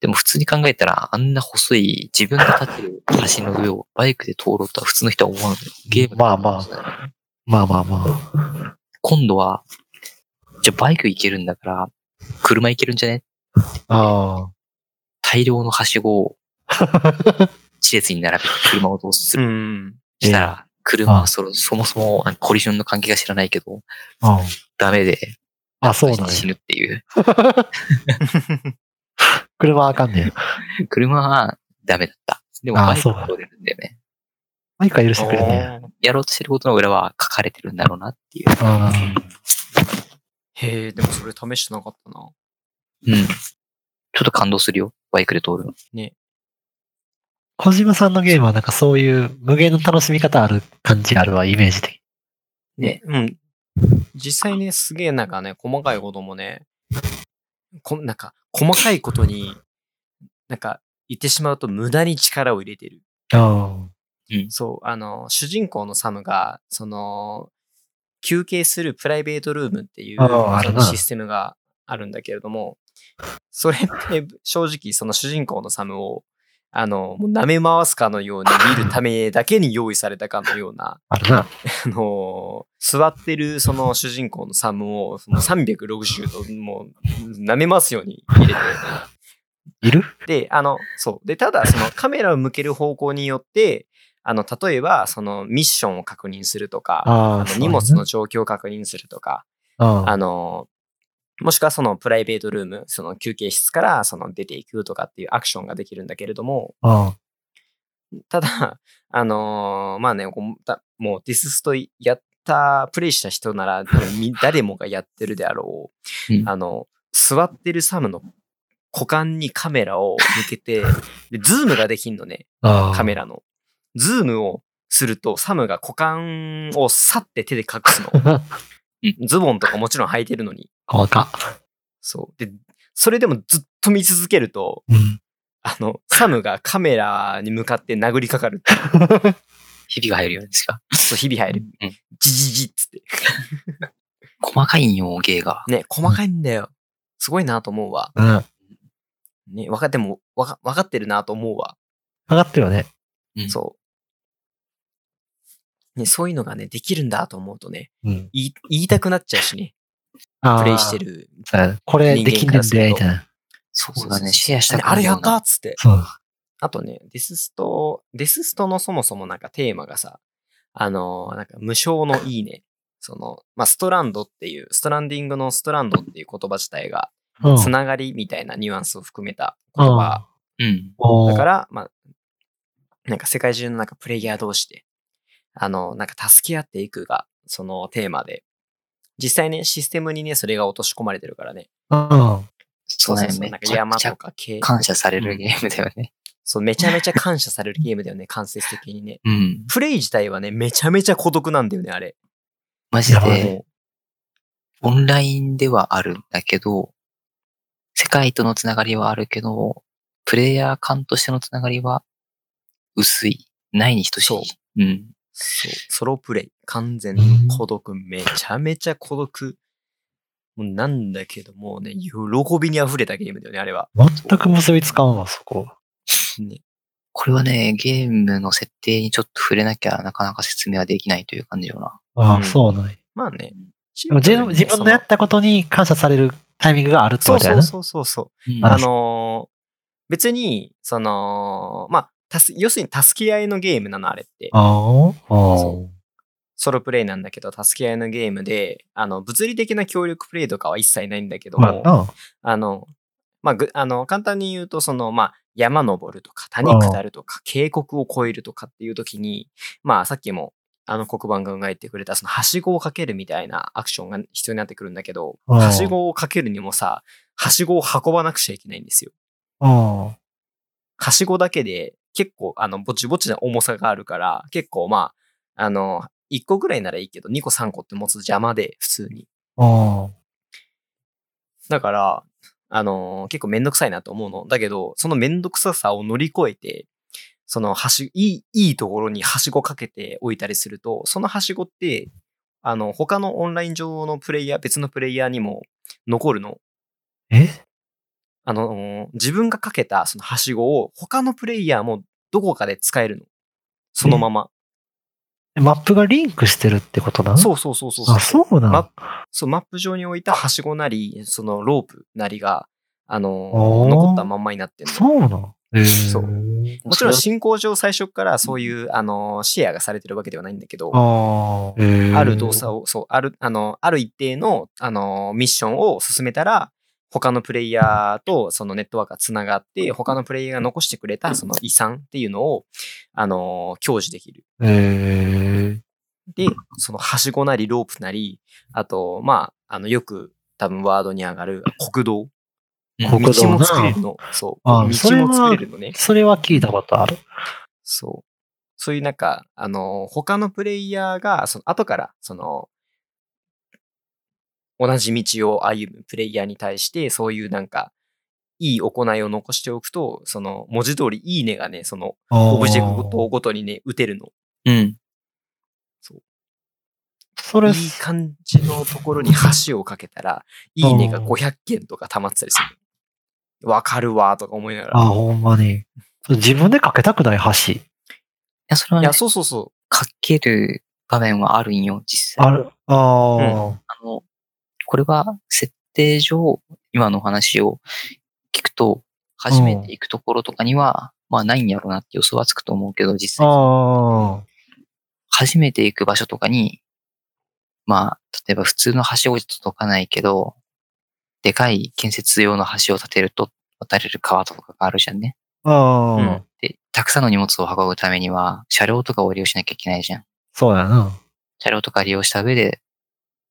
でも普通に考えたら、あんな細い自分が立ってる橋の上をバイクで通ろうとは普通の人は思わない。ゲーム
まあま
あ。
まあまあまあ。
今度は、じゃあバイク行けるんだから、車行けるんじゃね
あ
大量のはしごを、地列に並べて車を通す
う
る。
ん。
したら、車はそろそもそもコリジョンの関係が知らないけど、
あ。うん
ダメで、
あ、そうだね。
死ぬっていう。
車はあかんねん。
車はダメだった。でも
あ
バイク
そう
は通れるんだよね。
マイクは許して
お
くれるね。
ー
やろうとしてることの裏は書かれてるんだろうなっていう。
うん。
へえ、でもそれ試してなかったな。
うん。ちょっと感動するよ。バイクで通るの。
小島さんのゲームはなんかそういう無限の楽しみ方ある感じあるわ、イメージ的。
ね。
うん。実際ね、すげえなんかね、細かいこともね、こなんか、細かいことに、なんか、言ってしまうと無駄に力を入れてる。
うん。
そう、あの、主人公のサムが、その、休憩するプライベートルームっていう
あああるな
システムがあるんだけれども、それって正直その主人公のサムを、あの、もう舐め回すかのように見るためだけに用意されたかのような、
あるな。
あの、座ってるその主人公のサムをその360度もう舐め回すように入れて、
いる
で、あの、そう。で、ただ、そのカメラを向ける方向によって、あの、例えば、そのミッションを確認するとか、
あ
あ
あ
の荷物の状況を確認するとか、
うん。
あの、もしくはそのプライベートルーム、その休憩室からその出ていくとかっていうアクションができるんだけれども、
うん。
ただ、 あのーまあね、こうたもうディスストやった、プレイした人なら、多分み誰もがやってるであろう、
うん
あの、座ってるサムの股間にカメラを向けて、でズームができんのね、
あ
カメ
ラ。
ラの。ズームをすると、サムが股間をさって手で隠すの。ズボンとかもちろん履いてるのに。
細か。
そう。で、それでもずっと見続けると、
うん。
あの、サムがカメラに向かって殴りかかる。
ひびが入るようにしか。
そう、日々入る。
うん。
じじじっつって。
細かいんよ、芸が。
ね、細かいんだよ。すごいなと思うわ。
うん。わ
ね、わかっても、わか、わかってるなと思うわ。
かってるよね。
うん
そう。ね、そういうのがね、できるんだと思うとね、
うん。
言い言いたくなっちゃうしね、
ああ。
プレイしてる。
そうやね。これできんねんで、みたいな。
そうだね。シェアした
ね
くな
あ
る
れや
よう
っ
な
たっつって。
そう。
あとね、デススト、デスストのそもそもなんかテーマがさ、あのーなんか無償のいいね。その、まあ、ストランドっていう、ストランディングのストランドっていう言葉自体が、
うん。
つながりみたいなニュアンスを含めた言葉
うん。
お、
だからら、まあ、なんか世界中のなんかプレイヤー同士で、あの、なんか助け合っていくが、そのテーマで、実際ね、システムにね、それが落とし込まれてるからね。
うん。
そうだね。
な
め
んか
ちゃ
山
くち
と
ゃ
か系。
感謝されるゲームだよね。
そう、めちゃめちゃ感謝されるゲームだよ ね、間接的にね。
うん。
プレイ自体はね、めちゃめちゃ孤独なんだよね、あれ。
マジ
え
で、
も
オンラインではあるんだけど、世界とのつながりはあるけど、プレイヤー間としてのつながりは薄い。ないに等しい。
そう
うん。
うそう、ソロプレイ。完全
うん
孤独。めちゃめちゃ孤独。もうなんだけど、もうね、喜びに溢れたゲームだよね、あれは。
全く結びつかんわ、そこ。
ね、
これはね、ゲームの設定にちょっと触れなきゃなかなか説明はできないという感じよな。
あ
う
あ、
ん
そうなんや
まあね。シン
で
プ
も
ルに
自
ね
分自分のやったことに感謝されるタイミングがあるって
そ
こ
の
と
そ
や
う
な。
そうそうそう。
うん
あのー別に、その、まあ、たす要するに助け合いのゲームなの、あれって。
ああ。ああ。
そソロプレイなんだけど、助け合いのゲームで、あの、物理的な協力プレイとかは一切ないんだけど
まあ
も、
な。
あの、まあ、ぐあの、簡単に言うと、その、まあ、山登るとか、谷下るとか、渓谷を越えるとかっていう時に、まあ、さっきも、あの黒板が考えてくれた、その、はしごをかけるみたいなアクションが必要になってくるんだけど、
うん
はしごをかけるにもさ、はしごを運ばなくちゃいけないんですよ。
うん。
はしごだけで、結構、あの、ぼちぼちな重さがあるから、結構、まあ、あの、1個ぐらいならいいけど、2個3個って持つと邪魔で、普通に。
うん。
だから、あのー結構めんどくさいなと思うの。だけど、そのめんどくささを乗り越えて、そのはし、いい、いいところにはしごかけておいたりすると、そのはしごって、あの、他のオンライン上のプレイヤー、別のプレイヤーにも残るの。
え
あの、自分がかけたそのはしごを他のプレイヤーもどこかで使えるの。そのまま。
マップがリンクしてるってことなの
そうそうそうそうそう。
あ、そうなの
マそう、マップ上に置いたはしごなり、そのロープなりが、あ
お
の、
ー
残ったまんまになってるの。
そうなのへー
そうもちろん
そ
進行上最初からそういう、あの、シェアがされてるわけではないんだけど、
あー
ある動作を、そう、ある、あの、ある一定の、あの、ミッションを進めたら、他のプレイヤーとそのネットワークがつながって、他のプレイヤーが残してくれたその遺産っていうのを、あの、享受できる。
へえ。
で、その、はしごなり、ロープなり、あと、まあ、あの、よく、多分ワードに上がる国道。
うん
国
道
道
も
な
作れるの。そう。
あ
道
ー
も
それは
作れるのね。
それは聞いたことある。
そう。そういうなんか、あの、他のプレイヤーが、その後から、その、同じ道を歩むプレイヤーに対して、そういうなんか、いい行いを残しておくと、その、文字通りいいねがね、その、オ
オ
ブジェクトごとにね、打てるの。
うん。
それ、
いい感じのと ころに橋をかけたら、いいねが500件とか溜まってたりする。わかるわ、とか思いなが
あ、
ら。
ほんまに。自分でかけたくない橋。
いや、それはいね
や、、そうそうそう。
かける場面はあるんよ、実際。
ある。ああ、
あの、これは設定上、今のお話を聞くと、初めて行くところとかには、まあないんやろうなって予想はつくと思うけど、実際、
ああ、
初めて行く場所とかに、まあ、例えば普通の橋を届かないけど、でかい建設用の橋を建てると、渡れる川とかがあるじゃんね。
ああ、
うん
で、たくさんの荷物を運ぶためには、車両とかを利用しなきゃいけないじゃん。
そうやな。
車両とか利用した上で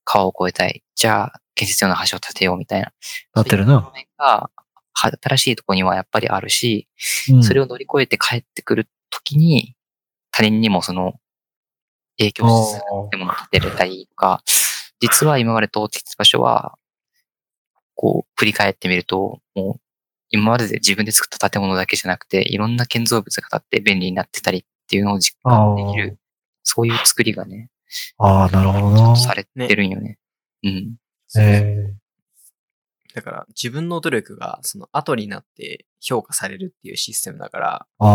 川を越えたい。じゃあ、建設用の橋を建てようみたいな。
なってるな。
そういう場面が、は新しいとこにはやっぱりあるし、
うん
それを乗り越えて帰ってくるときに、他人にもその、影響し続けてものを建てれたりとか、実は今まで通ってきた場所は、こう、振り返ってみると、もう、今までで自分で作った建物だけじゃなくて、いろんな建造物が建って便利になってたりっていうのを実感できる、そういう作りがね、
あーあー、なるほどな。
されてるんよね。うん。
え
だから自分の努力がその後になって評価されるっていうシステムだから、
あ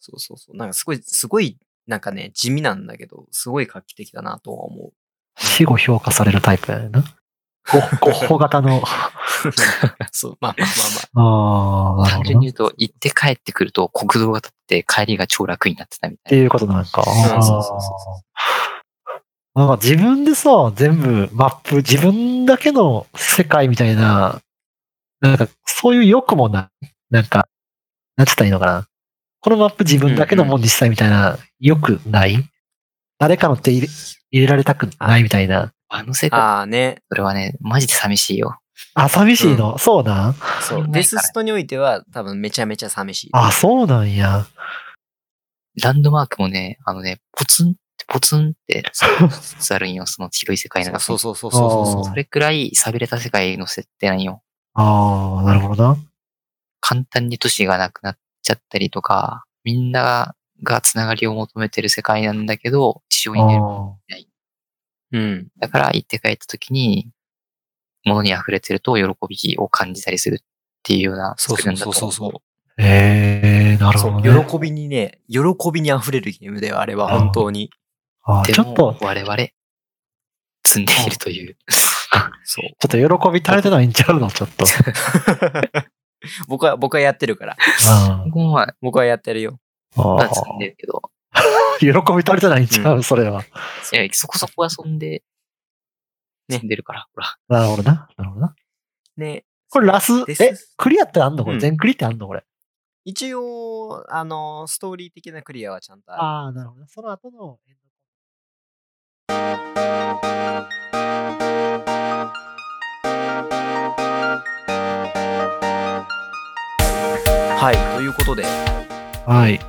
そうそうそう。なんかすごい、すごい、なんかね、地味なんだけど、すごい画期的だなとは思 う。
あ、死後評価されるタイプやねんな。ご、ごほ型の。
そう、まあまあまあ
ああ、なるほ
単
ど
純
な。
に言
っ
うと、行って帰ってくると国道が立って帰りが超楽になってたみた
て
いな。
いうことなんか。
ま
あ
あ。
ー
そうそうそうそ
なんか自分でさ、全部マップ、自分だけの世界みたいな、なんかそういう欲もない。なんか、なんて言ったらいいのかな。このマップ自分だけのもんにしたいみたいな、欲ない誰かの手入れ入れられたくないみたいな。
あの世
う。
界、
ああね、
それはね、マジで寂しいよ。
あ、寂しいの、そうなん
そ
な
う
い。から
デスストにおいては多分めちゃめちゃ寂しい。
あ、そうなんや。
ランドマークもね、あのね、ポツンってポツンって、つあるんよ、そ の広い世界の中に
そうそうそうそうそうそう
あー
それくらい寂れた世界の設定なんよ。
ああ、なるほどな。
簡単に都市がなくなっちゃったりとか、みんながつながりを求めてる世界なんだけど、地上に出る。
あ
うん。
だから行って帰った時に、物に溢れてると喜びを感じたりするっていうような
そう
作り
そう
な
ん
だ
そ
と
うそうそう。
ーへえなるほ
そ
ど、
う
ね。
喜びにね、喜びに溢れるゲームであれば本当に。
あー
で
ちょっ
も
と、
我々、積んでいるという。
そう。
ちょっと喜び足りてないんちゃうのちょっ と。
僕は、僕はやってるから。
うん
今後は、
僕はやってるよ。
あー
積んでるけど、
喜び足りてないんちゃう、それは。
いやそこそこ遊んで、
ね
積んでるから、ほら。
なるほどな。なるほどな。
ね。
これラス
で、す
え、クリアってあんのこ
う
れ、
ん
全クリってあんのこれ。
一応、あの、ストーリー的なクリアはちゃんとある。
ああ、なるほど。その後のエンド
はい、ということで、
はい。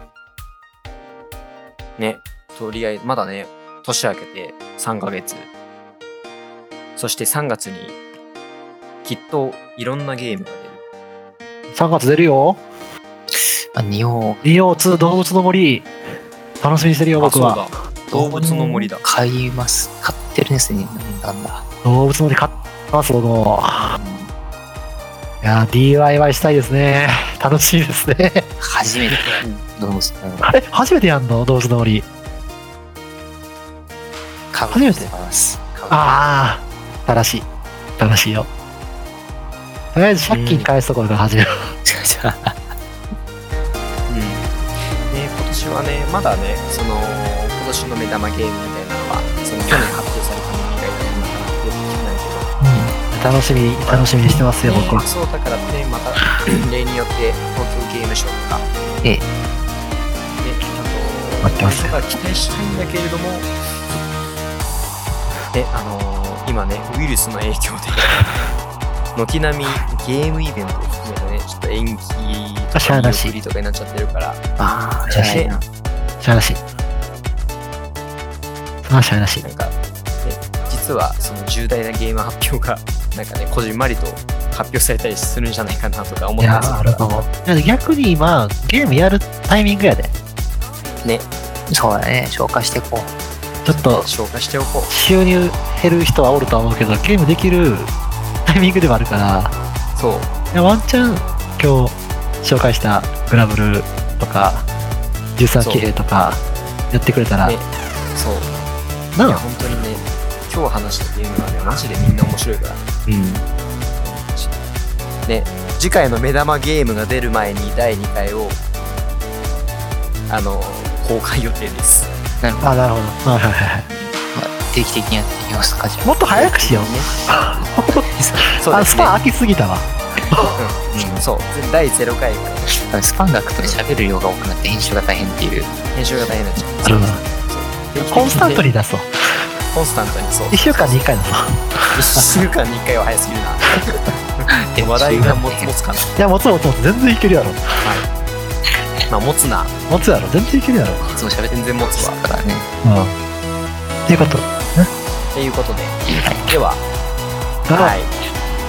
ね、とりあえず、まだね、年明けて3ヶ月。そして3月に、きっといろんなゲームが出る。
3月出るよ。
まあ、仁王
2動物の森。楽しみにしてるよ、僕は。
動物の森だ。
買います。買ってるんですね。なんだ。
動物の森買ってます、僕も。いやー DIY したいですね。楽しいですね。
初めてどうしたのか
え、初めてやんの同時の折り。
買う
初めて
と思います買う
ああ、新しい。新しいよ。とりあえず借金返すところから始める。
じゃあ
うん、ね今年はねまだねその今年の目玉ゲームみたいなのはその去年発表されたもの以外でなかなか出てきてないけど
楽しみ、楽しみにしてますよ、僕は。
そうだからねまた例によって東京ゲームショウとか
ええ
ねあと
待ってますよ
だから期待したいんだけれどもであのー今ねウイルスの影響 で軒並みゲームイベントを含めてねちょっと延期と
し
か
ゃあ
見
なし
送りとかになっちゃってるから
あーじゃあいいな
しゃあなし。そのしゃあなし。
なんか、ね、実はその重大なゲーム発表が、なんかね、こじんまりと発表されたりするんじゃないかなとか思っ
い
た
や
りする
ー、
か
ある
ら
と思う。だって逆に今、ゲームやるタイミングやで。
そうだね消化していこう
ちょっと、
消化しておこう。
収入減る人はおるとは思うけど、ゲームできるタイミングでもあるから、
そう。
いやワンチャン今日紹介したグラブルとか、13騎兵とか、やってくれたら、
ね、そう。い
な
や、
あ、
本当にね、今日話したゲームはね、マジでみんな面白いから。
うん
ね、次回の目玉ゲームが出る前に第2回を、あの、公開予定です。
なるほど
あ、なるほど。はいはいはい。
定期的にやっていきますかじゃあ
もっと早く しよう。
そう
あ
で
ス
すね
パ。空きすぎたわ。
うんそう。第0回から
スパンが空くと喋る量が多くなって編集が大変っていう。
編集が大変になっちゃう。
なるほど
そう
コンスタント。に出そう。
コンスタントにそう。
1週間に1回出そう。
1週間に1回は早すぎる な話題がも持つかない
や、持つ持つ持つ。全然いけるやろ。
まあ持つな
持つやろ。全然いけるやろ。
いつも喋って
全然持つわ
から ね。
うん。っていうこと。
っていうことででは、
は。
はいい、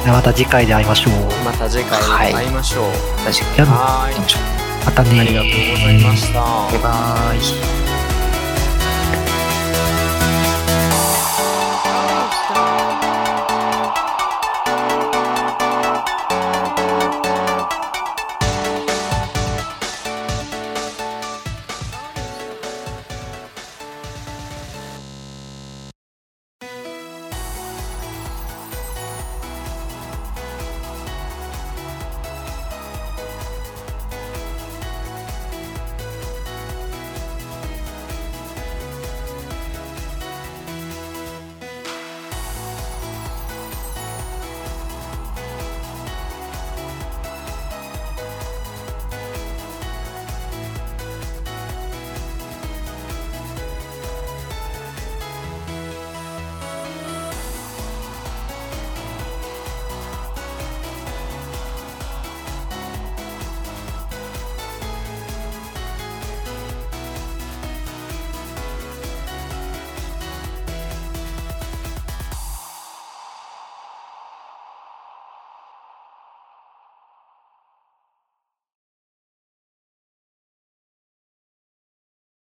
じゃあまた次回で会いましょう。
また次回会いましょう、
確かに。
じゃあ、
はーい
またねー
ありがとうございました
バイバーイ。